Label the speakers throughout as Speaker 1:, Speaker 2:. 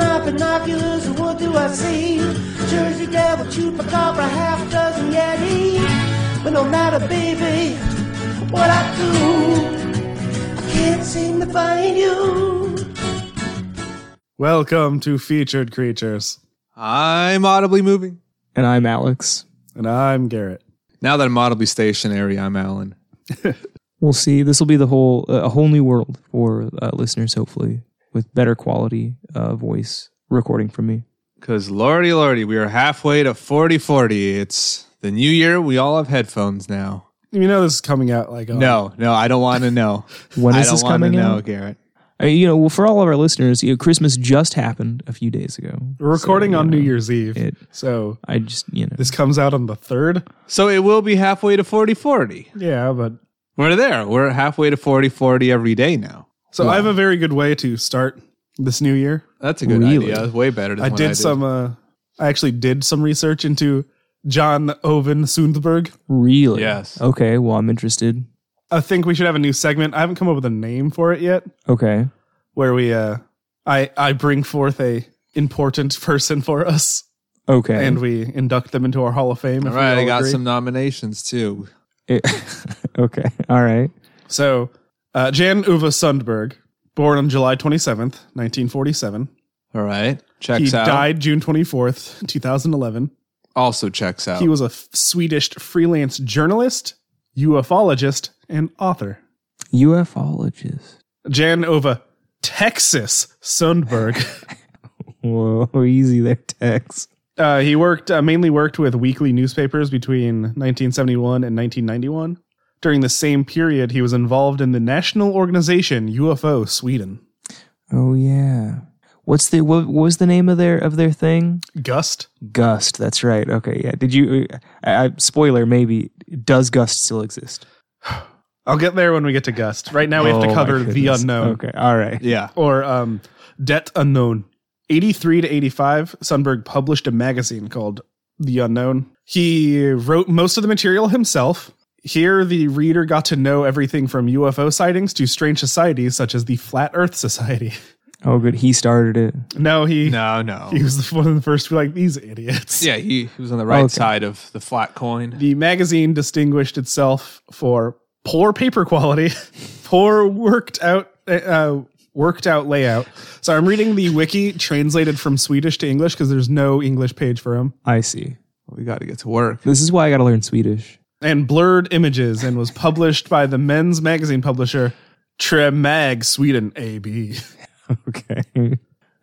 Speaker 1: binoculars, what do I see? Jersey Devil, Chupacabra, half dozen Yeti. But no matter, baby, what I do, I can't seem to find you.
Speaker 2: Welcome to Featured Creatures.
Speaker 3: I'm audibly moving.
Speaker 4: And I'm Alex.
Speaker 2: And I'm Garrett.
Speaker 3: Now that I'm audibly stationary, I'm Alan.
Speaker 4: We'll see. This will be the whole uh, a whole new world for uh, listeners, hopefully, with better quality uh, voice recording from me.
Speaker 3: Because lordy, lordy, we are halfway to 40 40. It's the new year. We all have headphones now.
Speaker 2: You know this is coming out like on,
Speaker 3: No, no, I don't want to know.
Speaker 4: When
Speaker 3: I
Speaker 4: is
Speaker 3: don't
Speaker 4: this
Speaker 3: wanna
Speaker 4: coming
Speaker 3: know,
Speaker 4: out?
Speaker 3: Garrett.
Speaker 4: I mean, you know, well, for all of our listeners, you know, Christmas just happened a few days ago.
Speaker 2: We're recording
Speaker 4: So,
Speaker 2: on
Speaker 4: you
Speaker 2: New
Speaker 4: know,
Speaker 2: Year's Eve.
Speaker 4: it-
Speaker 2: so
Speaker 4: I just, you know,
Speaker 2: this comes out on the 3rd.
Speaker 3: So it will be halfway to 40 40.
Speaker 2: Yeah, but
Speaker 3: We're there. We're halfway to 40 40 every day now.
Speaker 2: so I have a very good way to start this new year.
Speaker 3: That's a good
Speaker 4: Really?
Speaker 3: idea. Way better than
Speaker 2: I
Speaker 3: what
Speaker 2: did some uh I actually did some research into John Oven Sundberg.
Speaker 4: really.
Speaker 3: Yes.
Speaker 4: Okay. Well, I'm interested.
Speaker 2: I think we should have a new segment. I haven't come up with a name for it yet
Speaker 4: Okay.
Speaker 2: where we uh I I bring forth a important person for us
Speaker 4: Okay.
Speaker 2: and we induct them into our Hall of Fame. if
Speaker 3: All
Speaker 2: we
Speaker 3: right, I
Speaker 2: all
Speaker 3: got
Speaker 2: agree.
Speaker 3: some nominations too.
Speaker 4: It- okay. All right.
Speaker 2: So, uh, Jan Uva Sundberg, born on July 27th, 1947.
Speaker 3: All right,
Speaker 2: He
Speaker 3: checks out.
Speaker 2: died June 24th, 2011.
Speaker 3: Also checks out.
Speaker 2: He was a f- Swedish freelance journalist, ufologist, and author.
Speaker 4: UFologist.
Speaker 2: Jan Uva Texas Sundberg.
Speaker 4: Whoa. Easy there, Tex.
Speaker 2: uh, he worked uh, mainly worked with weekly newspapers between 1971 and 1991. During the same period, he was involved in the national organization UFO Sweden.
Speaker 4: Oh yeah. What's the what, what was the name of their of their thing?
Speaker 2: Gust.
Speaker 4: Gust. That's right. Okay. Yeah. Did you? uh, I, I, spoiler. Maybe does Gust still exist?
Speaker 2: I'll get there when we get to Gust. Right now, we have
Speaker 4: Oh,
Speaker 2: to
Speaker 4: my
Speaker 2: cover the
Speaker 4: goodness.
Speaker 2: unknown.
Speaker 4: Okay. All right.
Speaker 3: yeah.
Speaker 2: or um, Debt Unknown. 83 to 85, Sundberg published a magazine called The Unknown. He wrote most of the material himself. Here, the reader got to know everything from UFO sightings to strange societies such as the Flat Earth Society.
Speaker 4: Oh, good. He started it.
Speaker 2: No, he
Speaker 3: No, no.
Speaker 2: he was one of the first to be like, these idiots.
Speaker 3: Yeah, he, he was on the right
Speaker 4: Okay.
Speaker 3: side of the flat coin.
Speaker 2: The magazine distinguished itself for poor paper quality, poor worked out uh, worked out layout. So I'm reading the wiki translated from Swedish to English because there's no English page for him.
Speaker 4: I see.
Speaker 3: We got to get to work.
Speaker 4: This is why I got to learn Swedish.
Speaker 2: And blurred images and was published by the men's magazine publisher Tremag Sweden AB.
Speaker 4: Okay.
Speaker 2: And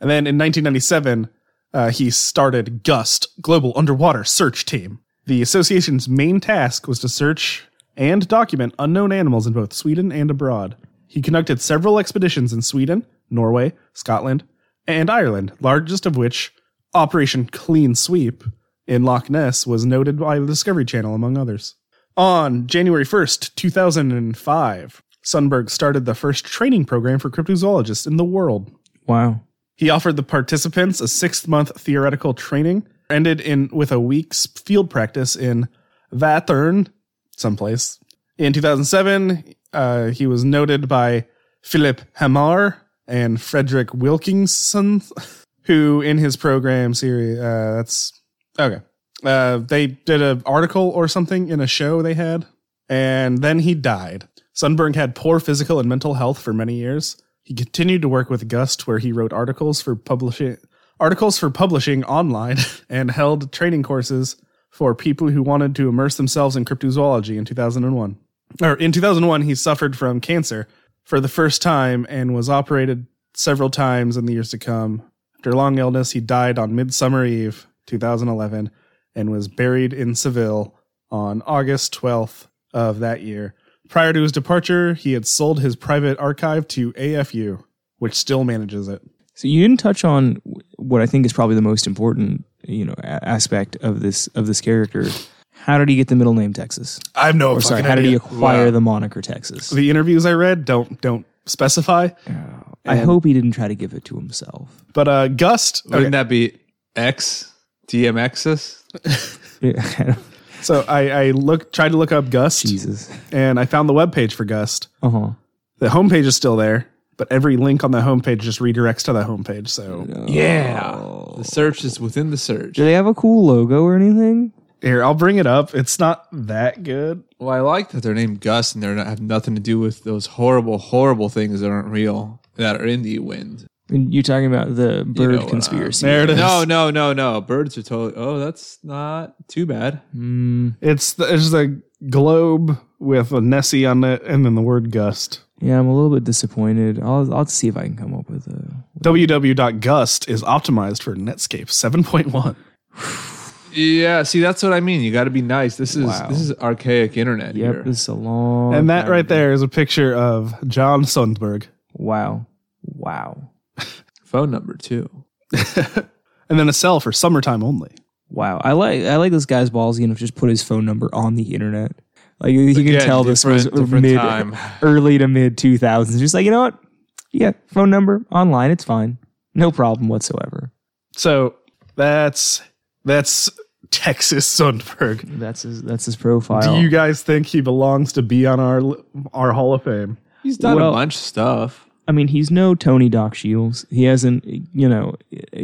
Speaker 2: then in 1997, uh, he started GUST, Global Underwater Search Team. The association's main task was to search and document unknown animals in both Sweden and abroad. He conducted several expeditions in Sweden, Norway, Scotland, and Ireland, largest of which, Operation Clean Sweep in Loch Ness, was noted by the Discovery Channel, among others. On January 1st, 2005, Sundberg started the first training program for cryptozoologists in the world.
Speaker 4: Wow.
Speaker 2: He offered the participants a six month theoretical training, ended in with a week's field practice in Vathern, someplace. In 2007, uh, he was noted by Philip Hamar and Frederick Wilkinson, who in his program series, uh, that's okay. Uh, they did an article or something in a show they had, and then he died. Sundberg had poor physical and mental health for many years. He continued to work with Gust, where he wrote articles for publishing articles for publishing online and held training courses for people who wanted to immerse themselves in cryptozoology in 2001. Or in 2001, he suffered from cancer for the first time and was operated several times in the years to come. After a long illness, he died on Midsummer Eve 2011 and was buried in Seville on August 12th of that year. Prior to his departure, he had sold his private archive to AFU, which still manages it.
Speaker 4: So you didn't touch on w- what I think is probably the most important, you know, a- aspect of this of this character. How did he get the middle name Texas?
Speaker 2: I have no
Speaker 4: Or sorry, how did he acquire the moniker Texas?
Speaker 2: The interviews I read don't don't specify,
Speaker 4: I hope he didn't try to give it to himself.
Speaker 2: but uh, Gust. okay,
Speaker 3: Wouldn't that be X DMXs?
Speaker 4: Yeah.
Speaker 2: so I, I look tried to look up Gust,
Speaker 4: Jesus.
Speaker 2: and I found the webpage for Gust.
Speaker 4: Uh huh.
Speaker 2: The homepage is still there, but but every link on the homepage just redirects to the homepage. So
Speaker 3: Yeah. Oh. The search is within the search.
Speaker 4: Do they have a cool logo or anything?
Speaker 2: here, I'll bring it up. It's not that good.
Speaker 3: Well, I like that they're named Gus and they are not have nothing to do with those horrible, horrible things that aren't real that are in the wind.
Speaker 4: And you talking about the bird
Speaker 3: know what, uh,
Speaker 4: conspiracy?
Speaker 2: There it is.
Speaker 3: No, no, no, no. Birds are totally. Oh, that's not too bad.
Speaker 4: Mm,
Speaker 2: It's the, it's the globe with a Nessie on it, and then the word gust.
Speaker 4: yeah, I'm a little bit disappointed. I'll I'll see if I can come up with a.
Speaker 2: www.gust is optimized for Netscape 7.1.
Speaker 3: Yeah. See, that's what I mean. You got to be nice. This is
Speaker 4: Wow.
Speaker 3: this is archaic internet
Speaker 4: Yep,
Speaker 3: here.
Speaker 4: this is a long.
Speaker 2: and that
Speaker 4: time
Speaker 2: right
Speaker 4: ago.
Speaker 2: there is a picture of John Sundberg.
Speaker 4: Wow, wow,
Speaker 3: Phone number too.
Speaker 2: And then a cell for summertime only.
Speaker 4: wow. I like I like this guy's ballsy enough to just put his phone number on the internet. Like you you can
Speaker 3: Again,
Speaker 4: tell this was
Speaker 3: different- different
Speaker 4: mid
Speaker 3: time.
Speaker 4: early to mid two thousands. Just like you know what, yeah, phone number online, it's fine, no problem whatsoever.
Speaker 2: So that's that's Texas Sundberg.
Speaker 4: That's his that's his profile.
Speaker 2: Do you guys think he belongs to be on our our Hall of Fame?
Speaker 3: He's done
Speaker 4: Well-
Speaker 3: a bunch of stuff.
Speaker 4: I mean, he's no Tony Doc Shields. He hasn't, you know,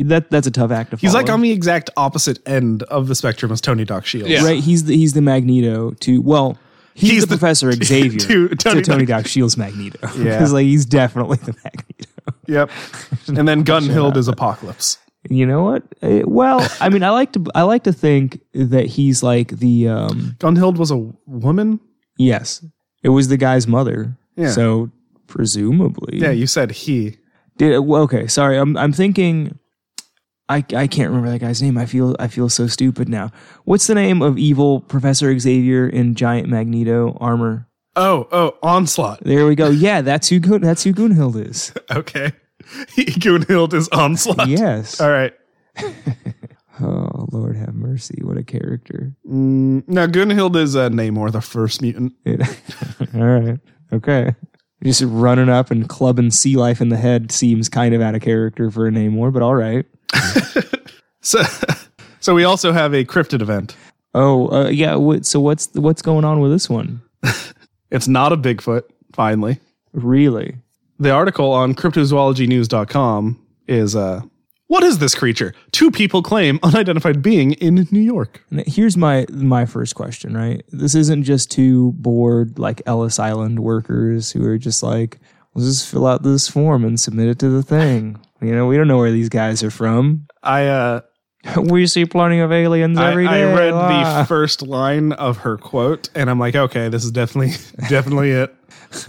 Speaker 4: that that's a tough act to follow.
Speaker 2: He's like on the exact opposite end of the spectrum as Tony Doc Shields.
Speaker 3: Yeah.
Speaker 4: right. He's the he's the Magneto to well, he's,
Speaker 2: He's
Speaker 4: the,
Speaker 2: the-
Speaker 4: Professor Xavier
Speaker 2: to
Speaker 4: to,
Speaker 2: Tony
Speaker 4: Tony,
Speaker 2: Doc-
Speaker 4: Doc Shields Magneto.
Speaker 2: Yeah.
Speaker 4: because like he's definitely the Magneto.
Speaker 2: Yep. And then Gunhild is Apocalypse.
Speaker 4: You know what? Eh, well, I mean, I like to I like to think that he's like the um
Speaker 2: Gunhild was a woman.
Speaker 4: yes, it was the guy's mother.
Speaker 2: Yeah.
Speaker 4: So presumably,
Speaker 2: Yeah, you said he.
Speaker 4: Did, well, okay, sorry. I'm I'm thinking. I, I can't remember that guy's name. I feel I feel so stupid now. What's the name of evil Professor Xavier in giant Magneto armor?
Speaker 2: Oh, oh, onslaught.
Speaker 4: There we go. Yeah, that's who Gun- that's who Gunhild is.
Speaker 2: Okay. Gunhild is onslaught.
Speaker 4: Yes.
Speaker 2: All right.
Speaker 4: Oh Lord, have mercy! What a character.
Speaker 2: Mm, no, Gunhild is uh, Namor, the first mutant.
Speaker 4: It- all right. Okay. Just running up and clubbing sea life in the head seems kind of out of character for a Namor, but all right.
Speaker 2: So, so we also have a cryptid event.
Speaker 4: Oh uh, yeah. What, so what's what's going on with this one?
Speaker 2: It's not a Bigfoot, finally.
Speaker 4: Really?
Speaker 2: The article on cryptozoologynews.com is uh, What is this creature? Two people claim unidentified being in New York.
Speaker 4: Now, Here's my my first question, right? This isn't just two bored like Ellis Island workers who are just like, let's just fill out this form and submit it to the thing. You know, we don't know where these guys are from.
Speaker 2: I, uh,
Speaker 4: we see plenty of aliens
Speaker 2: I,
Speaker 4: every
Speaker 2: I
Speaker 4: day.
Speaker 2: read the
Speaker 4: Ah.
Speaker 2: first line of her quote, and I'm like, okay, this is definitely, definitely it.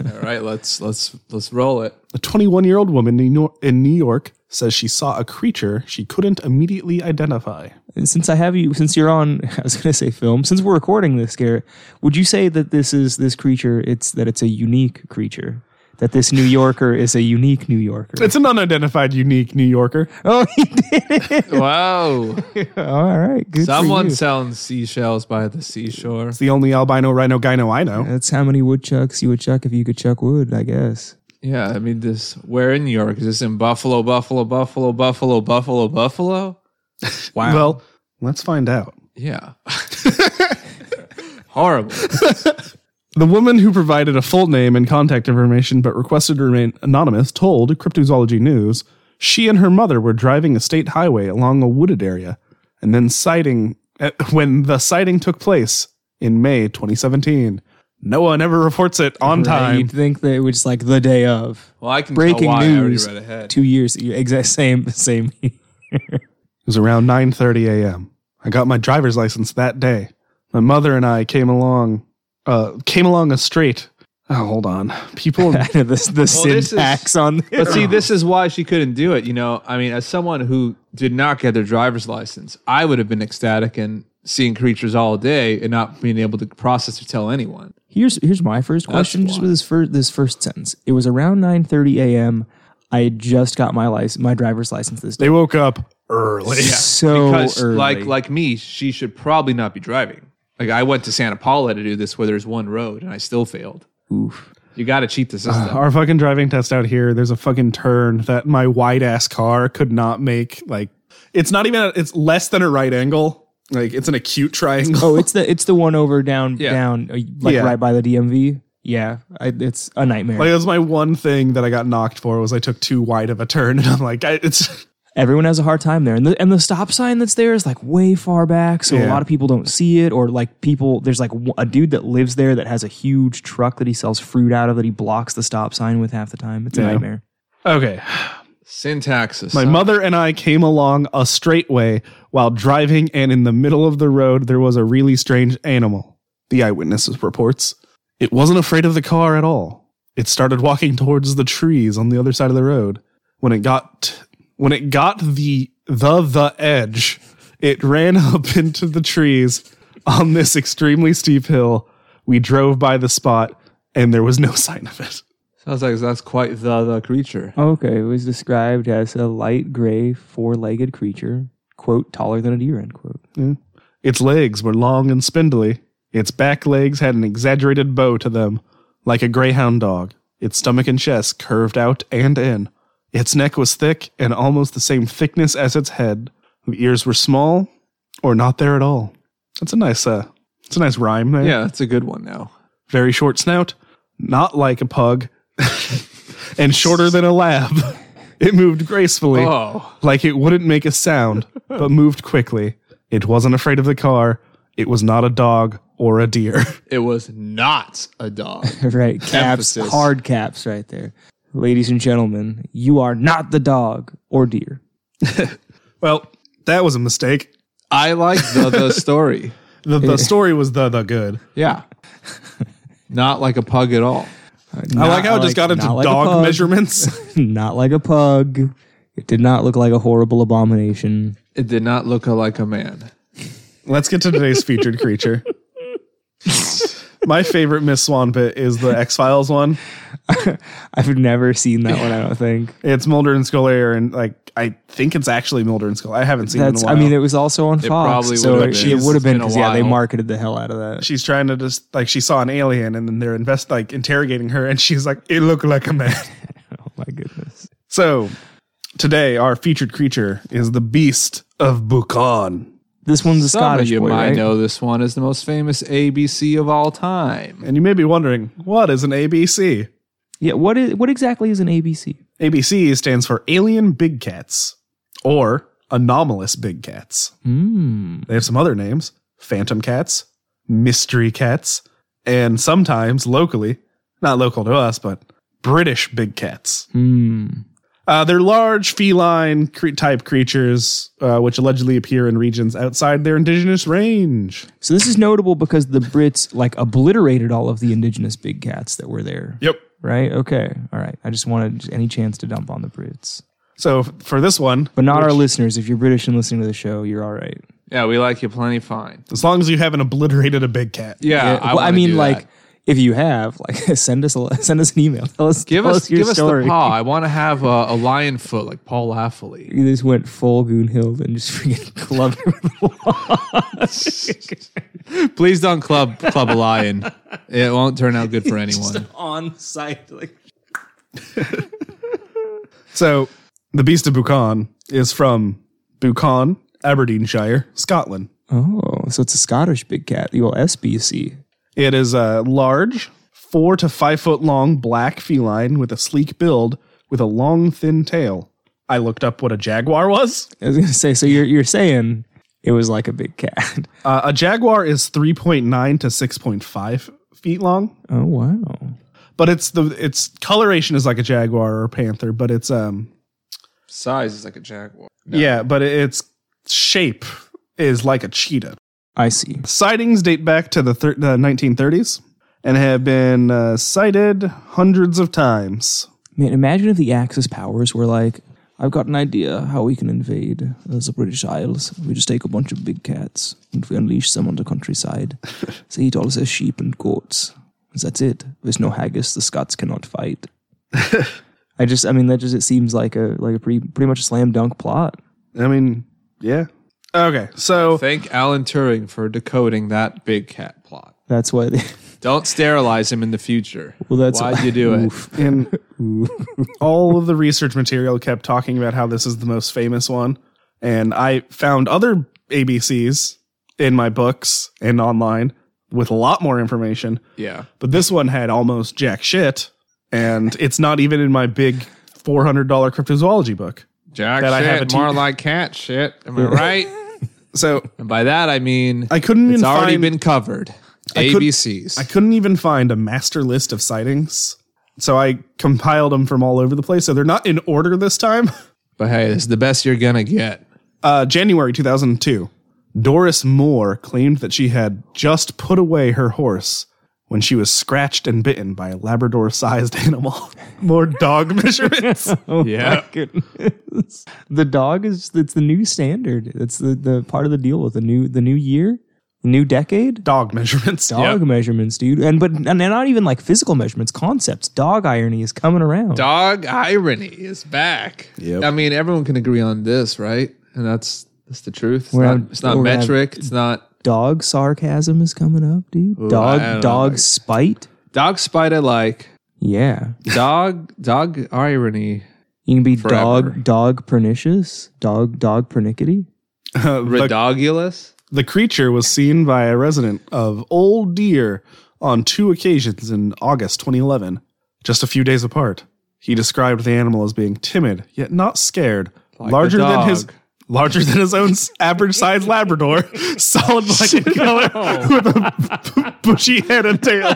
Speaker 3: All right, let's let's let's roll it.
Speaker 2: A 21 year old woman in Nor- in New York says she saw a creature she couldn't immediately identify.
Speaker 4: since I have you, since you're on, I was gonna say film. Since we're recording this, Garrett, would you say that this is this creature? It's that it's a unique creature. That this New Yorker is a unique New Yorker.
Speaker 2: It's an unidentified, unique New Yorker.
Speaker 4: oh, he did it.
Speaker 3: Wow.
Speaker 4: All right, good. for
Speaker 3: Someone
Speaker 4: you.
Speaker 3: selling seashells by the seashore.
Speaker 2: It's the only albino rhino gyno I know.
Speaker 4: That's how many woodchucks you would chuck if you could chuck wood, I guess.
Speaker 3: Yeah, I mean this. Where in New York is this? In Buffalo, Buffalo, Buffalo, Buffalo, Buffalo, Buffalo. Wow.
Speaker 2: Well, let's find out.
Speaker 3: yeah. Horrible.
Speaker 2: The woman who provided a full name and contact information but requested to remain anonymous told Cryptozoology News she and her mother were driving a state highway along a wooded area and then sighting eh, when the sighting took place in May 2017. No one ever reports it on
Speaker 4: Right,
Speaker 2: time.
Speaker 4: You'd think that it was like the day of
Speaker 3: Well, I can
Speaker 4: breaking
Speaker 3: tell why
Speaker 4: news.
Speaker 3: I already read ahead.
Speaker 4: Two years, exact same, same.
Speaker 2: It was around 9:30 a.m. I got my driver's license that day. My mother and I came along uh came along a straight. Oh, hold on. People
Speaker 4: I know this, the
Speaker 3: this is-
Speaker 4: syntax on
Speaker 3: But
Speaker 4: this.
Speaker 3: see, this is why she couldn't do it. You know, I mean, as someone who did not get their driver's license, I would have been ecstatic and seeing creatures all day and not being able to process or tell anyone.
Speaker 4: Here's here's my first question, just with this first this first sentence. It was around nine thirty a.m. I had just got my license, my driver's license this day.
Speaker 2: they woke up early.
Speaker 4: so
Speaker 3: because
Speaker 4: early.
Speaker 3: like like me, she should probably not be driving. Like I went to Santa Paula to do this where there's one road and I still failed.
Speaker 4: Oof. Uh-huh.
Speaker 3: You got to cheat the system.
Speaker 2: Our fucking driving test out here, there's a fucking turn that my wide ass car could not make like it's not even a, it's less than a right angle. Like it's an acute triangle.
Speaker 4: Oh, it's the it's the one over down
Speaker 3: Yeah.
Speaker 4: down uh, like
Speaker 2: Yeah.
Speaker 4: right by the DMV. Yeah, I, it's a nightmare.
Speaker 2: Like, it was my one thing that I got knocked for was I took too wide of a turn, and I'm like, I, it's
Speaker 4: Everyone has a hard time there, and the and the stop sign that's there is like way far back, so a
Speaker 2: Yeah.
Speaker 4: lot of people don't see it. Or like people, there's like w- a dude that lives there that has a huge truck that he sells fruit out of that he blocks the stop sign with half the time. It's a
Speaker 2: Yeah.
Speaker 4: nightmare.
Speaker 2: okay.
Speaker 3: Syntaxis.
Speaker 2: My mother and I came along a straight way while driving, and in the middle of the road, there was a really strange animal. The eyewitnesses reports. It wasn't afraid of the car at all. It started walking towards the trees on the other side of the road. When it got when it got the the the edge, it ran up into the trees on this extremely steep hill. We drove by the spot, and there was no sign of it.
Speaker 3: Sounds like that's quite the the creature.
Speaker 4: Okay, it was described as a light gray four-legged creature, quote taller than a deer, end quote.
Speaker 2: Its legs were long and spindly. Its back legs had an exaggerated bow to them, like a greyhound dog. Its stomach and chest curved out and in. Its neck was thick and almost the same thickness as its head. The ears were small or not there at all. That's a nice uh it's a nice rhyme there.
Speaker 3: Yeah, that's a good one now.
Speaker 2: Very short snout, not like a pug, and shorter than a lab. It moved gracefully
Speaker 3: Oh,
Speaker 2: like it wouldn't make a sound, but moved quickly. It wasn't afraid of the car. It was not a dog or a deer.
Speaker 3: it was not a dog.
Speaker 4: Right, caps,
Speaker 3: Emphasis.
Speaker 4: hard caps, right there. Ladies and gentlemen, you are not the dog or deer.
Speaker 2: Well, that was a mistake.
Speaker 3: I like the the story.
Speaker 2: The, the story was the the good.
Speaker 3: Yeah, not like a pug at all.
Speaker 2: I like how it just got into dog measurements.
Speaker 4: not like a pug. It did not look like a horrible abomination.
Speaker 3: It did not look like a man.
Speaker 2: Let's get to today's featured creature. My favorite Miss Swan bit is the X Files one.
Speaker 4: I've never seen that one. I don't think
Speaker 2: It's Mulder and Scully, are in like I think it's actually Mulder and Scully. I haven't seen
Speaker 4: that's.
Speaker 2: it in a
Speaker 4: I
Speaker 2: while.
Speaker 4: mean, it was also on Fox,
Speaker 3: probably
Speaker 4: so
Speaker 3: would've
Speaker 4: it,
Speaker 3: been.
Speaker 4: it would have been
Speaker 3: It's been a
Speaker 4: because yeah, they
Speaker 3: while.
Speaker 4: marketed the hell out of that.
Speaker 2: she's trying to just like she saw an alien, and then they're invest like interrogating her, and she's like, "It looked like a man."
Speaker 4: Oh my goodness!
Speaker 2: So today, our featured creature is the Beast of Buchan,
Speaker 4: This one's a
Speaker 3: Some
Speaker 4: Scottish
Speaker 3: of you
Speaker 4: boy,
Speaker 3: might
Speaker 4: right?
Speaker 3: know this one is the most famous ABC of all time.
Speaker 2: and you may be wondering what is an ABC.
Speaker 4: Yeah. What is? What exactly is an ABC?
Speaker 2: ABC stands for Alien Big Cats or Anomalous Big Cats.
Speaker 4: Hmm.
Speaker 2: They have some other names: Phantom Cats, Mystery Cats, and sometimes locally, not local to us, but British Big Cats.
Speaker 4: Hmm.
Speaker 2: Uh, they're large feline cre- type creatures, uh, which allegedly appear in regions outside their indigenous range.
Speaker 4: So this is notable because the Brits like obliterated all of the indigenous big cats that were there.
Speaker 2: Yep.
Speaker 4: Right? Okay. All right. I just wanted any chance to dump on the Brits.
Speaker 2: So f- for this one,
Speaker 4: But not our listeners. If you're British and listening to the show, you're all right.
Speaker 3: Yeah, we like you plenty fine.
Speaker 2: As long as you haven't obliterated a big cat.
Speaker 3: Yeah,
Speaker 4: well, I
Speaker 3: wanna
Speaker 4: mean,
Speaker 3: do
Speaker 4: like,
Speaker 3: that.
Speaker 4: if you have, like, send us a, send us an email. Tell us,
Speaker 3: give
Speaker 4: tell
Speaker 3: us
Speaker 4: your
Speaker 3: give us
Speaker 4: story.
Speaker 3: the paw. I want to have a, a lion foot like Paul Affley.
Speaker 4: You just went full Goonhild and just freaking clubbed it with the
Speaker 3: Please don't club club a lion. It won't turn out good for anyone.
Speaker 4: on site. Like,
Speaker 2: So the Beast of Buchan is from Buchan, Aberdeenshire, Scotland.
Speaker 4: oh, so it's a Scottish big cat, the old SBC.
Speaker 2: It is a large, four to five foot long black feline with a sleek build with a long, thin tail. I looked up what a jaguar was.
Speaker 4: I was gonna say, so you're you're saying it was like a big cat.
Speaker 2: Uh, a jaguar is 3.9 to 6.5 feet long,
Speaker 4: Oh wow.
Speaker 2: but it's the its coloration is like a jaguar or a panther, but it's um
Speaker 3: Size is like a jaguar.
Speaker 2: yeah, but its shape is like a cheetah.
Speaker 4: I see.
Speaker 2: Sightings date back to the, thir- the 1930s and have been uh, sighted hundreds of times.
Speaker 4: Man, imagine if the Axis powers were like, I've got an idea how we can invade uh, the British Isles. We just take a bunch of big cats and we unleash them on the countryside. they eat all their sheep and goats. That's it. There's no haggis. The Scots cannot fight. I just, I mean, that just it seems like a like a pretty pretty much a slam dunk plot.
Speaker 2: I mean, yeah. Okay, so
Speaker 3: Thank Alan Turing for decoding that big cat plot.
Speaker 4: That's what.
Speaker 3: Don't sterilize him in the future.
Speaker 4: Well, that's
Speaker 3: why'd you do it.
Speaker 4: Oof.
Speaker 2: in all of the research material kept talking about how this is the most famous one, and I found other ABCs in my books and online with a lot more information.
Speaker 3: Yeah.
Speaker 2: But this one had almost jack shit, and it's not even in my big four hundred dollar cryptozoology book.
Speaker 3: Jack
Speaker 2: That I have a
Speaker 3: shit,
Speaker 2: te-
Speaker 3: more like cat shit. Am I right?
Speaker 2: So
Speaker 3: and by that I mean
Speaker 2: I couldn't
Speaker 3: it's
Speaker 2: even
Speaker 3: already
Speaker 2: find-
Speaker 3: been covered.
Speaker 2: could-
Speaker 3: ABCs.
Speaker 2: I couldn't even find a master list of sightings. So I compiled them from all over the place. So they're not in order this time.
Speaker 3: but hey, this is the best you're gonna get.
Speaker 2: Uh, January 2002, Doris Moore claimed that she had just put away her horse when she was scratched and bitten by a Labrador sized animal. More dog measurements.
Speaker 4: Oh
Speaker 3: Yeah.
Speaker 4: my goodness. The dog is it's the new standard. It's the, the part of the deal with the new the new year, new decade.
Speaker 2: dog measurements.
Speaker 4: Dog measurements, dude. And but and they're not even like physical measurements, concepts. Dog irony is coming around.
Speaker 3: Dog irony is back.
Speaker 2: Yep.
Speaker 3: I mean, everyone can agree on this, right? And that's that's the truth. It's
Speaker 4: We're
Speaker 3: not,
Speaker 4: on-
Speaker 3: it's not
Speaker 4: we're on-
Speaker 3: metric. It's not
Speaker 4: Dog sarcasm is coming up, dude.
Speaker 3: I don't know,
Speaker 4: dog dog
Speaker 3: like-
Speaker 4: spite.
Speaker 3: dog spite. I like
Speaker 4: Yeah.
Speaker 3: dog dog irony.
Speaker 4: You can be
Speaker 3: Forever.
Speaker 4: dog dog pernicious, dog dog pernickety.
Speaker 2: Uh, the,
Speaker 3: Redogulous.
Speaker 2: the creature was seen by a resident of Old Deer on two occasions in August 2011, just a few days apart. He described the animal as being timid, yet not scared,
Speaker 3: a
Speaker 2: larger than his
Speaker 3: dog.
Speaker 2: larger than his own average sized Labrador, solid black in color, with a bushy head and tail.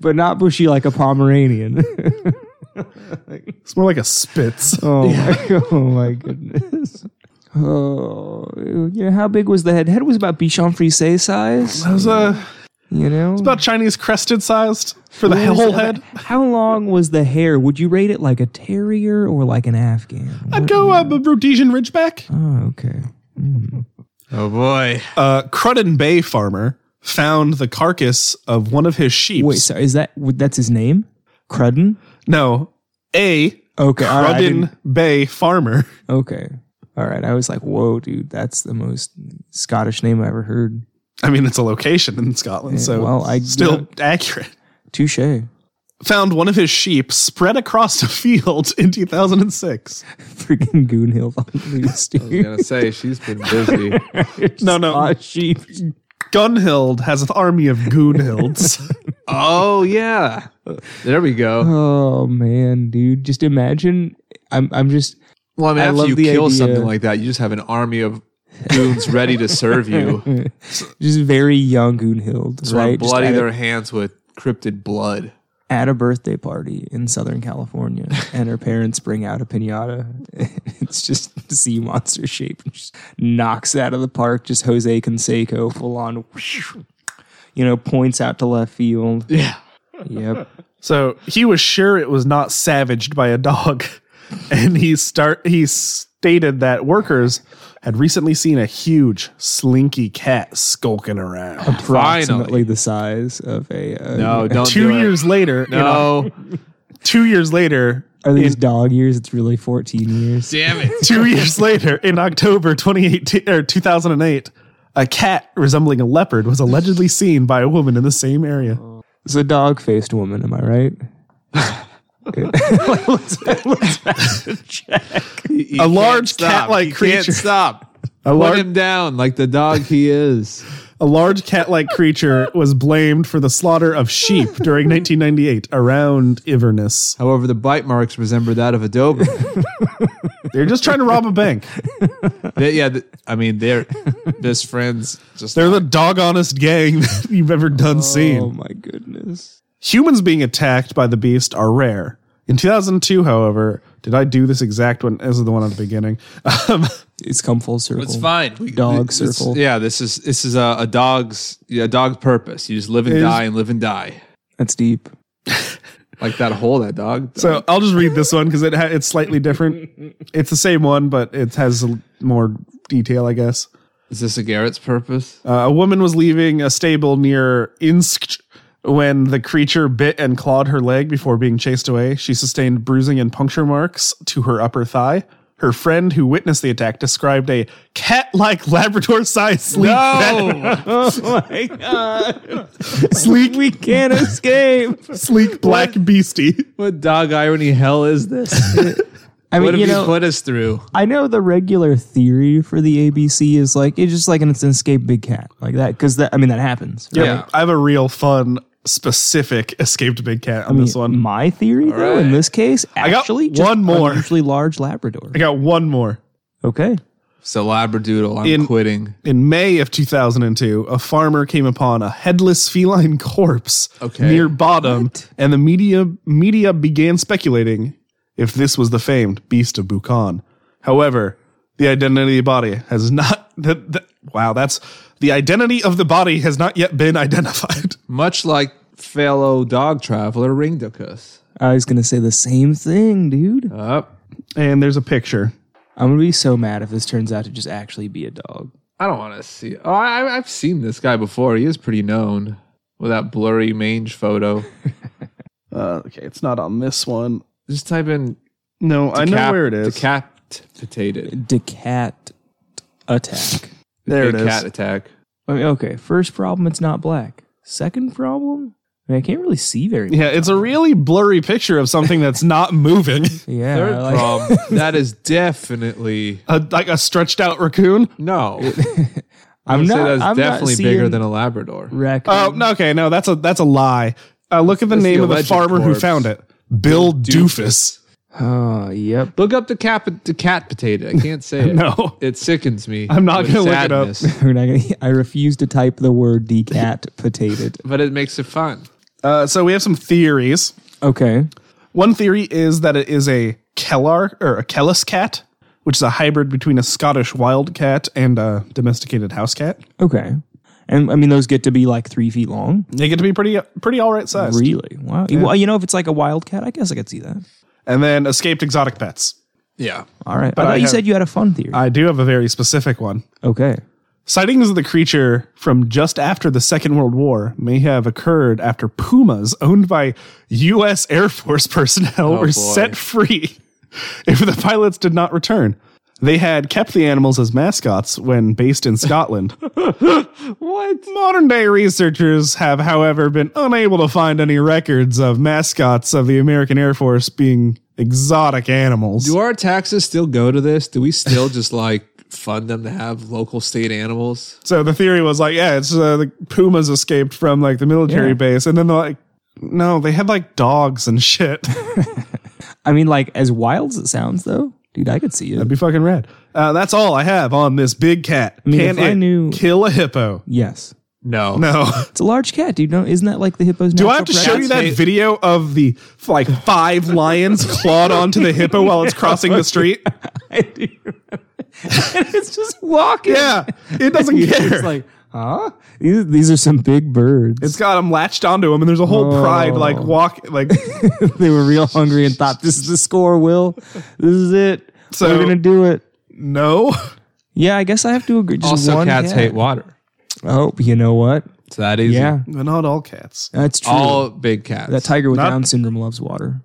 Speaker 4: But not bushy like a Pomeranian.
Speaker 2: It's more like a Spitz.
Speaker 4: Oh, my, oh my goodness. Oh, you know, how big was the head? Head was about Bichon Frise size,
Speaker 2: It was uh,
Speaker 4: you know?
Speaker 2: about Chinese crested sized for the
Speaker 4: What was
Speaker 2: whole
Speaker 4: it-
Speaker 2: head.
Speaker 4: How long was the hair? Would you rate it like a terrier or like an Afghan?
Speaker 2: I'd go uh, a Rhodesian Ridgeback.
Speaker 4: Oh, okay.
Speaker 3: Oh boy.
Speaker 2: a Uh, Crudden Bay farmer found the carcass of one of his sheep.
Speaker 4: Wait, sorry, is that, that's his name? Crudden?
Speaker 2: No, a
Speaker 4: Okay, all right, I
Speaker 2: Crudden
Speaker 4: didn't-
Speaker 2: Bay farmer
Speaker 4: Okay. All right, I was like, whoa, dude, that's the most Scottish name I ever heard.
Speaker 2: I mean, it's a location in Scotland,
Speaker 4: Yeah,
Speaker 2: so
Speaker 4: well, I-
Speaker 2: still accurate.
Speaker 4: Touche.
Speaker 2: Found one of his sheep spread across a field in 2006.
Speaker 4: Freaking Goonhill on loose,
Speaker 3: I'm
Speaker 4: dude.
Speaker 3: gonna say she's been busy.
Speaker 2: No, no.
Speaker 4: Scottish sheep.
Speaker 2: Gunhild has an army of goonhilds.
Speaker 3: oh yeah. There we go.
Speaker 4: Oh man, dude, just imagine. I'm I'm just
Speaker 3: Well, I mean,
Speaker 4: I
Speaker 3: after
Speaker 4: love
Speaker 3: you
Speaker 4: the
Speaker 3: kill
Speaker 4: idea.
Speaker 3: something like that, you just have an army of goons ready to serve you.
Speaker 4: just very young Goonhild,
Speaker 3: Wanna
Speaker 4: right? Just
Speaker 3: bloody
Speaker 4: at,
Speaker 3: their
Speaker 4: a,
Speaker 3: hands with cryptid blood.
Speaker 4: at a birthday party in Southern California, and her parents bring out a pinata. it's just a sea monster shape, and just knocks it out of the park. Just Jose Canseco full on, you know, points out to left field.
Speaker 3: Yeah.
Speaker 4: Yep.
Speaker 2: so he was sure it was not savaged by a dog, and he start he stated that workers had recently seen a huge slinky cat skulking around.
Speaker 4: Approximately
Speaker 3: Finally.
Speaker 4: the size of a. Uh,
Speaker 3: No, don't
Speaker 2: two
Speaker 3: do it.
Speaker 2: years later, you know,
Speaker 3: No,
Speaker 2: two years later,
Speaker 4: Are these dog years? It's really 14 years.
Speaker 3: damn it.
Speaker 2: two years later, in October 2018 or 2008, a cat resembling a leopard was allegedly seen by a woman in the same area.
Speaker 4: It's a dog faced woman, am I right?
Speaker 2: A large cat-like creature.
Speaker 3: Can't stop.
Speaker 2: A
Speaker 3: Put
Speaker 2: large,
Speaker 3: him down like the dog he is.
Speaker 2: a large cat-like creature was blamed for the slaughter of sheep during 1998 around Iverness.
Speaker 3: However, the bite marks resemble that of a Doberman.
Speaker 2: They're just trying to rob a bank.
Speaker 3: They- yeah, th- I mean they're best friends. Just
Speaker 2: They're the dog honest gang that you've ever done seen.
Speaker 4: Oh my goodness.
Speaker 2: Humans being attacked by the beast are rare. In 2002, however, did I do this exact one? This is the one at the beginning. Um,
Speaker 4: It's come full circle.
Speaker 3: it's fine. We,
Speaker 4: Dog
Speaker 3: this-
Speaker 4: circle.
Speaker 3: Yeah, this is this is a, a dog's yeah, a dog's purpose. You just live and
Speaker 2: Is-
Speaker 3: die and live and die.
Speaker 4: That's deep.
Speaker 3: Like that hole, that dog.
Speaker 2: so I'll just read this one because it ha- it's slightly different. It's the same one, but it has a l- more detail, I guess.
Speaker 3: is this a Garrett's purpose?
Speaker 2: Uh, a woman was leaving a stable near Insk when the creature bit and clawed her leg before being chased away. She sustained bruising and puncture marks to her upper thigh. Her friend who witnessed the attack described a cat like Labrador sized sleek
Speaker 3: No,
Speaker 4: Oh my god.
Speaker 2: Sleek.
Speaker 4: we can't escape.
Speaker 2: sleek black beastie.
Speaker 3: what dog irony hell is this?
Speaker 4: I
Speaker 3: what have
Speaker 4: mean,
Speaker 3: you
Speaker 4: you know,
Speaker 3: put us through?
Speaker 4: I know the regular theory for the ABC is like it's just like an escape big cat like that because that I mean that happens. right?
Speaker 3: Yeah.
Speaker 2: I have a real fun, specific escaped big cat on
Speaker 4: I mean,
Speaker 3: Mm.
Speaker 2: this one.
Speaker 4: My theory though in
Speaker 3: right.
Speaker 4: this case
Speaker 2: got
Speaker 4: actually
Speaker 2: one more.
Speaker 4: usually large Labrador.
Speaker 2: I got one more.
Speaker 4: Okay,
Speaker 3: So Labradoodle, I'm
Speaker 2: In-
Speaker 3: quitting.
Speaker 2: In May of 2002, a farmer came upon a headless feline corpse
Speaker 3: Okay.
Speaker 2: near Bottom, and the media media began speculating if this was the famed beast of Bukan. However, the identity of the body has not. That, that, wow, that's the identity of the body has not yet been identified.
Speaker 3: Much like fellow dog traveler Ringdicus.
Speaker 4: I was gonna say the same thing, dude.
Speaker 3: Up.
Speaker 2: And there's a picture.
Speaker 4: I'm gonna be so mad if this turns out to just actually be a dog.
Speaker 3: I don't want to see. Oh, I, I've seen this guy before. He is pretty known with that blurry mange photo.
Speaker 2: Uh, okay, it's not on this one.
Speaker 3: Just type in.
Speaker 2: No, I know
Speaker 3: decap-
Speaker 2: where it is.
Speaker 3: Decapitated.
Speaker 4: Decat attack.
Speaker 2: there it
Speaker 3: Big
Speaker 2: is.
Speaker 3: Cat attack.
Speaker 4: I mean, okay, first problem, it's not black. Second problem, I, mean, I can't really see very much.
Speaker 2: Yeah, it's a really blurry picture of something that's not moving.
Speaker 4: Yeah,
Speaker 3: Third
Speaker 4: I Uh, like-
Speaker 3: problem. that is definitely
Speaker 2: A, like a stretched out raccoon.
Speaker 3: no.
Speaker 4: I'm
Speaker 3: I'd
Speaker 4: not.
Speaker 3: say that's
Speaker 4: I'm
Speaker 3: definitely
Speaker 4: not
Speaker 3: bigger
Speaker 4: seeing
Speaker 3: than a Labrador.
Speaker 4: raccoon.
Speaker 2: Oh, no, okay, no, that's a that's a lie. Uh, look at the
Speaker 3: That's the
Speaker 2: name of the
Speaker 3: alleged
Speaker 2: farmer who
Speaker 3: corpse.
Speaker 2: found it, Bill Doofus.
Speaker 4: Oh, yep.
Speaker 3: Look up the cap the cat potato. I can't say it.
Speaker 2: No.
Speaker 3: It sickens me.
Speaker 2: I'm not
Speaker 3: with
Speaker 2: gonna look it up.
Speaker 3: sadness,
Speaker 4: We're not gonna, I refuse to type the word decat potated.
Speaker 3: But it makes it fun.
Speaker 2: Uh, so we have some theories.
Speaker 4: Okay.
Speaker 2: One theory is that it is a Kellar or a Kellis cat, which is a hybrid between a Scottish wild cat and a domesticated house cat.
Speaker 4: Okay. And I mean, those get to be like three feet long.
Speaker 2: They get to be pretty pretty all right sized.
Speaker 4: Really? Wow. Well, you know, if it's like a wildcat, I guess I could see that.
Speaker 2: and then escaped exotic pets.
Speaker 3: Yeah.
Speaker 4: All right. I thought
Speaker 2: I
Speaker 4: you
Speaker 2: have-
Speaker 4: said you had a fun theory.
Speaker 2: I do have a very specific one.
Speaker 4: okay.
Speaker 2: Sightings of the creature from just after the Second World War may have occurred after pumas owned by U.S. Air Force personnel were
Speaker 3: Oh, boy.
Speaker 2: set free if the pilots did not return. They had kept the animals as mascots when based in Scotland. what? Modern day researchers have, however, been unable to find any records of mascots of the American Air Force being exotic animals.
Speaker 3: Do our taxes still go to this? Do we still just like fund them to have local state animals?
Speaker 2: So the theory was like, yeah, it's uh, the pumas escaped from like the military
Speaker 4: Yeah.
Speaker 2: base, and then they're like, no, they had like dogs and shit. That'd
Speaker 4: I mean, like, as wild as it sounds, though, dude, I could see it.
Speaker 2: be fucking rad. Uh, that's all I have on this big cat.
Speaker 4: mean,
Speaker 2: Can
Speaker 4: if I
Speaker 2: it
Speaker 4: knew-
Speaker 2: kill a hippo?
Speaker 4: yes.
Speaker 3: No.
Speaker 2: No.
Speaker 4: It's a large cat, dude. No, isn't that like the hippo's
Speaker 2: Do I have to show you that
Speaker 3: hate-
Speaker 2: video of the like five lions clawed onto the hippo while it's crossing the street?
Speaker 4: I do remember. and it's just walking.
Speaker 2: Yeah, it doesn't
Speaker 4: It's
Speaker 2: care.
Speaker 4: like, huh? These, these are some big birds.
Speaker 2: it's got them latched onto him, and there's a whole pride like
Speaker 4: Oh.
Speaker 2: walk like.
Speaker 4: they were real hungry and thought, this is the score, Will. This is it.
Speaker 2: So-
Speaker 4: we're gonna do it.
Speaker 2: no,
Speaker 4: Yeah, I guess I have to agree. Just
Speaker 3: Also,
Speaker 4: one
Speaker 3: cats
Speaker 4: cat.
Speaker 3: hate water.
Speaker 4: Oh, you know what?
Speaker 3: It's that easy.
Speaker 4: Yeah,
Speaker 2: But not all cats.
Speaker 4: that's true.
Speaker 3: All big cats.
Speaker 4: that tiger with
Speaker 2: Not-
Speaker 4: Down syndrome loves water.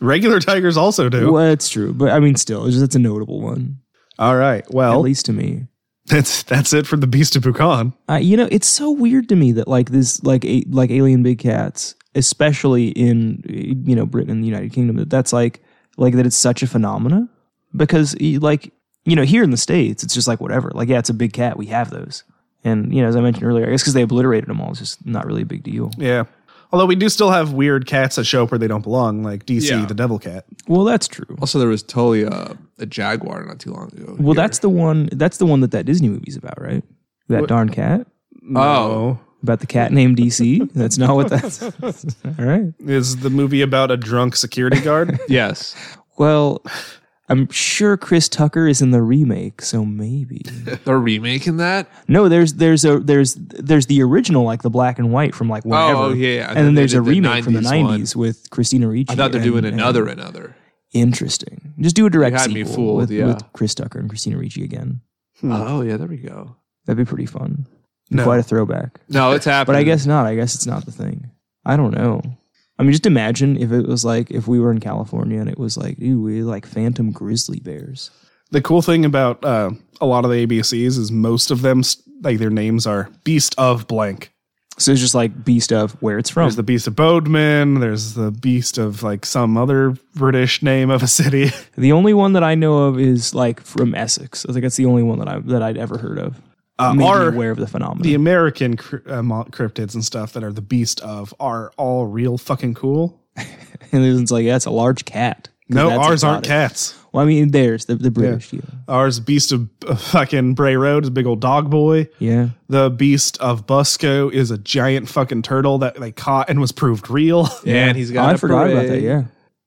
Speaker 2: Regular tigers also do.
Speaker 4: Well, it's true, but I mean, still, it's just, it's a notable one,
Speaker 2: All right.
Speaker 4: at
Speaker 2: Well,
Speaker 4: least to me.
Speaker 2: That's that's it for the Beast of Bukan.
Speaker 4: Uh, you know, it's so weird to me that like this, like a, like alien big cats, especially in you know Britain and the United Kingdom, that that's like like that it's such a phenomena because y- like you know here in the states it's just like whatever, like yeah, it's a big cat, we have those, and you know as I mentioned earlier, I guess because they obliterated them all, it's just not really a big deal.
Speaker 2: Yeah. Although we do still have weird cats that show up where they don't belong, like DC
Speaker 3: Yeah.
Speaker 2: the Devil Cat.
Speaker 4: Well, that's true.
Speaker 3: Also, there was totally a, a jaguar not too long ago.
Speaker 4: Well, that's the one. That's the one that that Disney movie's about, right? That darn cat
Speaker 3: Oh.
Speaker 4: about the cat named DC. That's not what that's. All right.
Speaker 2: Is the movie about a drunk security guard?
Speaker 3: yes.
Speaker 4: Well, I'm sure Chris Tucker is in the remake, so maybe.
Speaker 3: They're remaking that.
Speaker 4: No, there's there's a there's there's the original like the black and white from like whenever.
Speaker 3: oh, yeah, yeah.
Speaker 4: And,
Speaker 3: And then
Speaker 4: then
Speaker 3: they
Speaker 4: there's a
Speaker 3: did the
Speaker 4: remake from the
Speaker 3: 90s one.
Speaker 4: 90s with Christina Ricci.
Speaker 3: I thought they're
Speaker 4: and-
Speaker 3: doing
Speaker 4: and-
Speaker 3: another, another.
Speaker 4: Interesting. Just do a direct
Speaker 3: had me
Speaker 4: sequel
Speaker 3: fooled,
Speaker 4: with,
Speaker 3: yeah.
Speaker 4: with Chris Tucker and Christina Ricci again.
Speaker 3: Oh, yeah. There we go.
Speaker 4: That'd be pretty fun.
Speaker 2: No.
Speaker 4: Quite a throwback.
Speaker 3: No, it's happening.
Speaker 4: But I guess not. I guess it's not the thing. I don't know. I mean, just imagine if it was like if we were in California and it was like, ooh, we like phantom grizzly bears.
Speaker 2: the cool thing about uh, a lot of the ABCs is most of them s- like their names are Beast of Blank.
Speaker 4: So it's just like beast of where it's from.
Speaker 2: There's the Beast of Bodeman. There's the Beast of like some other British name of a city.
Speaker 4: The only one that I know of is like from Essex. I think that's the only one that I that I'd ever heard of. Uh, Maybe
Speaker 2: or-
Speaker 4: aware of the phenomenon.
Speaker 2: the American cr- uh, mo- cryptids and stuff that are the Beast of are all real fucking cool.
Speaker 4: and it's like that's a large cat. 'Cause
Speaker 2: No,
Speaker 4: that's
Speaker 2: ours aren't
Speaker 4: exotic.
Speaker 2: cats.
Speaker 4: Well, I mean, there's the, the British. Yeah.
Speaker 2: Ours Beast of uh, fucking Bray Road is a big old dog boy.
Speaker 4: yeah.
Speaker 2: The Beast of Busco is a giant fucking turtle that they caught and was proved real.
Speaker 3: And he's
Speaker 4: Oh,
Speaker 3: got.
Speaker 4: I
Speaker 3: a
Speaker 4: forgot about that.
Speaker 3: parade.
Speaker 4: Yeah.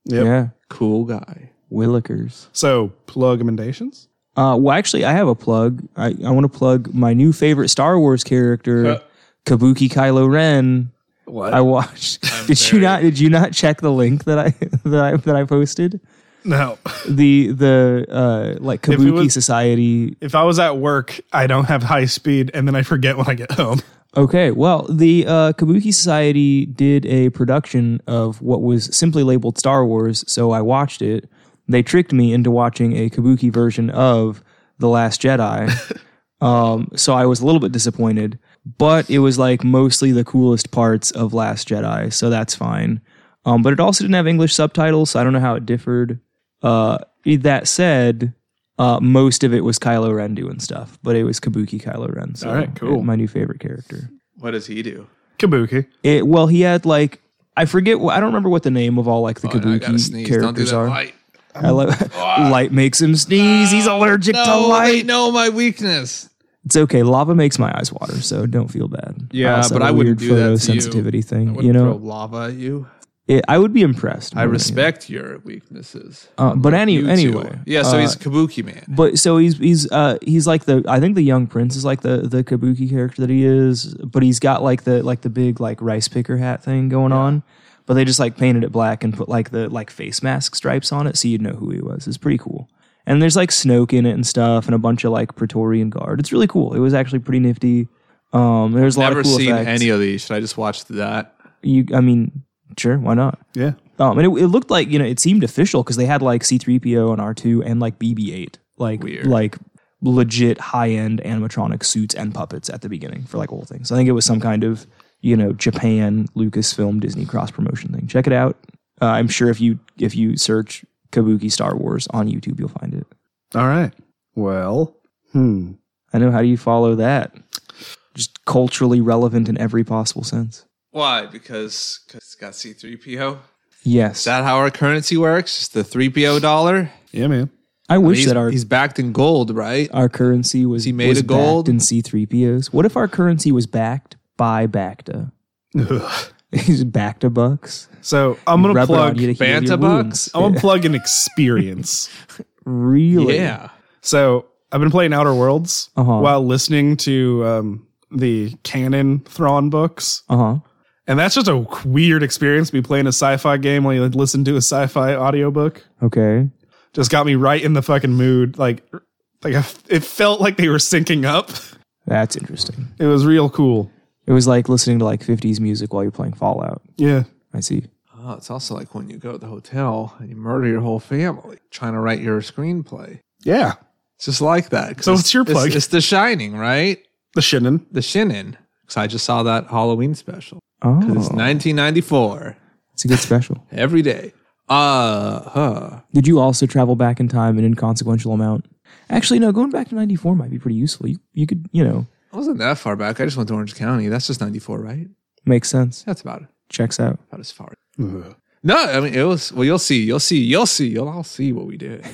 Speaker 2: Yep.
Speaker 4: Yeah.
Speaker 3: Cool guy.
Speaker 4: Willikers.
Speaker 2: So plug emendations.
Speaker 4: Uh, well, actually, I have a plug. I, I want to plug my new favorite Star Wars character, Kabuki Kylo Ren.
Speaker 3: What?
Speaker 4: I watched. did you not? Did you not check the link that I that I that I posted?
Speaker 2: No,
Speaker 4: The the uh, like
Speaker 2: it
Speaker 4: Kabuki
Speaker 2: was-
Speaker 4: Society
Speaker 2: if I was at work, I don't have high speed, and then I forget when I get home.
Speaker 4: Okay, well, the uh, Kabuki Society did a production of what was simply labeled Star Wars, so I watched it. They tricked me into watching a Kabuki version of The Last Jedi, um, so I was a little bit disappointed, but it was like mostly the coolest parts of Last Jedi, so that's fine. Um, but it also didn't have English subtitles, so I don't know how it differed. Uh, that said, uh, most of it was Kylo Ren doing stuff, but it was Kabuki Kylo Ren. So
Speaker 2: All right, cool.
Speaker 4: My new favorite character.
Speaker 3: what does he do?
Speaker 2: Kabuki.
Speaker 4: It, well, he had like I forget. wh- I don't remember what the name of all like the
Speaker 3: Oh, no, I
Speaker 4: Kabuki
Speaker 3: gotta sneeze. Don't do
Speaker 4: characters
Speaker 3: that
Speaker 4: are.
Speaker 3: light.
Speaker 4: I like light makes him sneeze. He's allergic to
Speaker 3: No, they
Speaker 4: light.
Speaker 3: know my weakness.
Speaker 4: It's okay. Lava makes my eyes water, so don't feel bad.
Speaker 3: Yeah,
Speaker 4: also
Speaker 3: but
Speaker 4: have
Speaker 3: I
Speaker 4: a
Speaker 3: wouldn't
Speaker 4: weird
Speaker 3: do that to you.
Speaker 4: photosensitivity
Speaker 3: I
Speaker 4: thing.
Speaker 3: wouldn't
Speaker 4: You
Speaker 3: throw
Speaker 4: know,
Speaker 3: lava at you.
Speaker 4: it, I would be impressed.
Speaker 3: I
Speaker 4: more than
Speaker 3: respect your weaknesses.
Speaker 4: anything. Uh, but any,
Speaker 3: You two.
Speaker 4: anyway,
Speaker 3: Yeah, so
Speaker 4: uh,
Speaker 3: he's Kabuki man.
Speaker 4: But so he's he's uh he's like the I think the young prince is like the the kabuki character that he is, but he's got like the like the big like rice picker hat thing going on. But they just like painted it black and put like the like face mask stripes on it so you'd know who he was. It's pretty cool. And there's like Snoke in it and stuff and a bunch of like Praetorian guard. It's really cool. It was actually pretty nifty. Um there's a lot
Speaker 3: Never
Speaker 4: of cool
Speaker 3: seen
Speaker 4: effects.
Speaker 3: any of these. Should I just watch that?
Speaker 4: you I mean, sure, why not?
Speaker 2: Yeah.
Speaker 4: Um, and it, it looked like you know it seemed official because they had like C3PO and R2 and like BB8, like
Speaker 3: Weird.
Speaker 4: like legit high end animatronic suits and puppets at the beginning for like whole thing. So I think it was some kind of you know Japan Lucasfilm Disney cross promotion thing. Check it out. Uh, I'm sure if you if you search Kabuki Star Wars on YouTube, you'll find it.
Speaker 2: All right. Well. Hmm.
Speaker 4: I know. How do you follow that? Just culturally relevant in every possible sense.
Speaker 3: Why? Because because it's got C three PO.
Speaker 4: Yes,
Speaker 3: Is that how our currency works? It's the three PO dollar.
Speaker 2: Yeah, man.
Speaker 4: I wish
Speaker 3: He's,
Speaker 4: that our
Speaker 3: he's backed in gold, right?
Speaker 4: our currency was
Speaker 3: he made
Speaker 4: was
Speaker 3: of gold?
Speaker 4: backed in C3POs. What if our currency was backed by BACTA?
Speaker 2: Ugh.
Speaker 4: He's BACTA bucks.
Speaker 2: So I'm gonna
Speaker 4: Rub it on
Speaker 2: plug.
Speaker 4: you to heal
Speaker 3: Banta
Speaker 4: your
Speaker 3: bucks?
Speaker 4: wounds.
Speaker 2: I'm gonna plug an experience.
Speaker 4: Really?
Speaker 3: Yeah.
Speaker 2: So I've been playing Outer Worlds
Speaker 4: Uh-huh.
Speaker 2: while listening to um, the canon Thrawn books,
Speaker 4: Uh-huh.
Speaker 2: and that's just a weird experience. to Be playing a sci-fi game while you listen to a sci-fi audiobook.
Speaker 4: Okay.
Speaker 2: Just got me right in the fucking mood. Like, like I, it felt like they were syncing up.
Speaker 4: That's interesting.
Speaker 2: It was real cool.
Speaker 4: It was like listening to like 50s music while you're playing Fallout.
Speaker 2: Yeah.
Speaker 4: I see.
Speaker 3: Oh, it's also like when you go to the hotel and you murder your whole family trying to write your screenplay.
Speaker 2: Yeah.
Speaker 3: It's just like that. 'cause
Speaker 2: So what's your plug?
Speaker 3: It's, it's The Shining, right?
Speaker 2: The Shinnin.
Speaker 3: The Shinin. Because I just saw that Halloween special.
Speaker 4: Oh,
Speaker 3: 'Cause It's 1994.
Speaker 4: it's a good special.
Speaker 3: Every day. Uh huh.
Speaker 4: Did you also travel back in time an inconsequential amount? Actually, no. Going back to '94 might be pretty useful. You, you could, you know,
Speaker 3: I wasn't that far back. I just went to Orange County. That's just 94, right?
Speaker 4: makes sense.
Speaker 3: That's about
Speaker 4: Checks out.
Speaker 3: about as far. No, I mean it was. Well, you'll see. You'll see. You'll see. You'll all see what we did.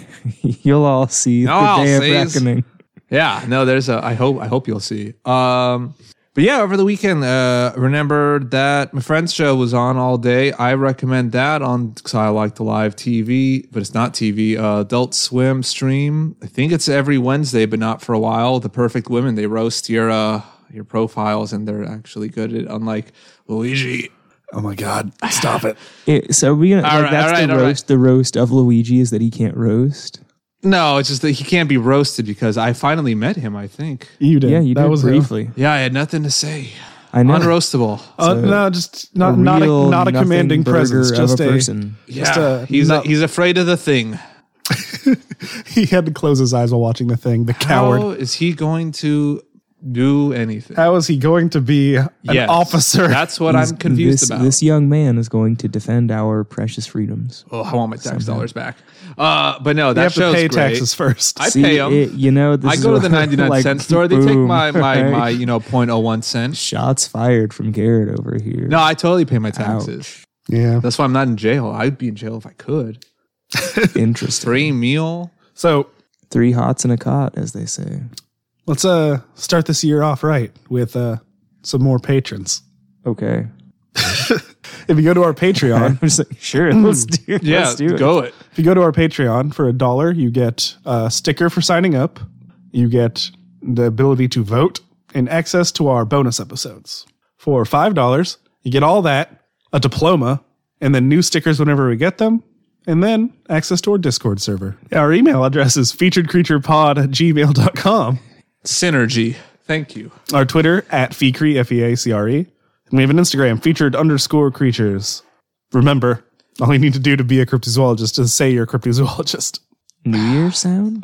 Speaker 4: You'll all see the
Speaker 3: I'll
Speaker 4: day of
Speaker 3: see.
Speaker 4: reckoning.
Speaker 3: Yeah, no, there's a. I hope. I hope you'll see. Um, but yeah, over the weekend, uh, remember that my friend's show was on all day. I recommend that on because I like the live TV, but it's not TV. Uh, Adult Swim stream. I think it's every Wednesday, but not for a while. The Perfect Women. They roast your uh your profiles, and they're actually good at. Unlike Luigi.
Speaker 2: Oh my God! Stop it.
Speaker 4: It, so we
Speaker 3: All
Speaker 4: gonna like,
Speaker 3: right,
Speaker 4: that's
Speaker 3: all right,
Speaker 4: the
Speaker 3: all right.
Speaker 4: roast. The roast of Luigi is that he can't roast.
Speaker 3: No, it's just that he can't be roasted because I finally met him. I think.
Speaker 2: You did.
Speaker 4: Yeah, you
Speaker 2: that
Speaker 4: did
Speaker 2: was a-
Speaker 4: briefly.
Speaker 3: Yeah, I had nothing to say.
Speaker 4: I know.
Speaker 3: Unroastable.
Speaker 2: Uh, no, just not not a,
Speaker 4: real
Speaker 2: not a
Speaker 4: nothing
Speaker 2: commanding
Speaker 4: burger
Speaker 2: presence.
Speaker 4: of
Speaker 2: Just
Speaker 4: a
Speaker 2: a,
Speaker 4: person.
Speaker 2: Just a-
Speaker 3: he's
Speaker 2: no.
Speaker 3: he's afraid of the thing.
Speaker 2: he had to close his eyes while watching the thing. The coward.
Speaker 3: How is he going to do anything.
Speaker 2: How is he going to be an
Speaker 3: Yes.
Speaker 2: officer?
Speaker 3: That's what I'm confused
Speaker 4: this,
Speaker 3: about.
Speaker 4: this young man is going to defend our precious freedoms.
Speaker 3: oh, I want my tax dollars back. Uh, but no,
Speaker 2: you
Speaker 3: that
Speaker 2: have to
Speaker 3: show's
Speaker 2: pay
Speaker 3: great.
Speaker 2: taxes first.
Speaker 3: I pay them.
Speaker 4: it- you know, this
Speaker 3: I
Speaker 4: is
Speaker 3: go to the
Speaker 4: why,
Speaker 3: 99 cent
Speaker 4: like,
Speaker 3: store. They take
Speaker 4: boom,
Speaker 3: my my
Speaker 4: right?
Speaker 3: my you know 0.01 cent.
Speaker 4: shots fired from Garrett over here.
Speaker 3: No, I totally pay my taxes.
Speaker 2: yeah.
Speaker 3: That's why I'm not in jail. I'd be in jail if I could.
Speaker 4: Interesting.
Speaker 3: Free meal.
Speaker 2: So
Speaker 4: Three hots and a cot, as they say.
Speaker 2: let's uh start this year off right with uh some more patrons.
Speaker 4: Okay.
Speaker 2: If you go to our Patreon,
Speaker 4: I'm just like, sure, let's do
Speaker 3: Yeah,
Speaker 4: let's do it.
Speaker 3: go it.
Speaker 2: if you go to our Patreon for a dollar, you get a sticker for signing up. You get the ability to vote and access to our bonus episodes. For five dollars, you get all that, a diploma, and then new stickers whenever we get them, and then access to our Discord server. Our email address is featuredcreaturepod at gmail.com.
Speaker 3: Synergy. Thank you.
Speaker 2: Our Twitter at Feacre, F E A C R E. And we have an Instagram, featured underscore creatures. Remember, all you need to do to be a cryptozoologist is say you're a cryptozoologist.
Speaker 4: New Year sound?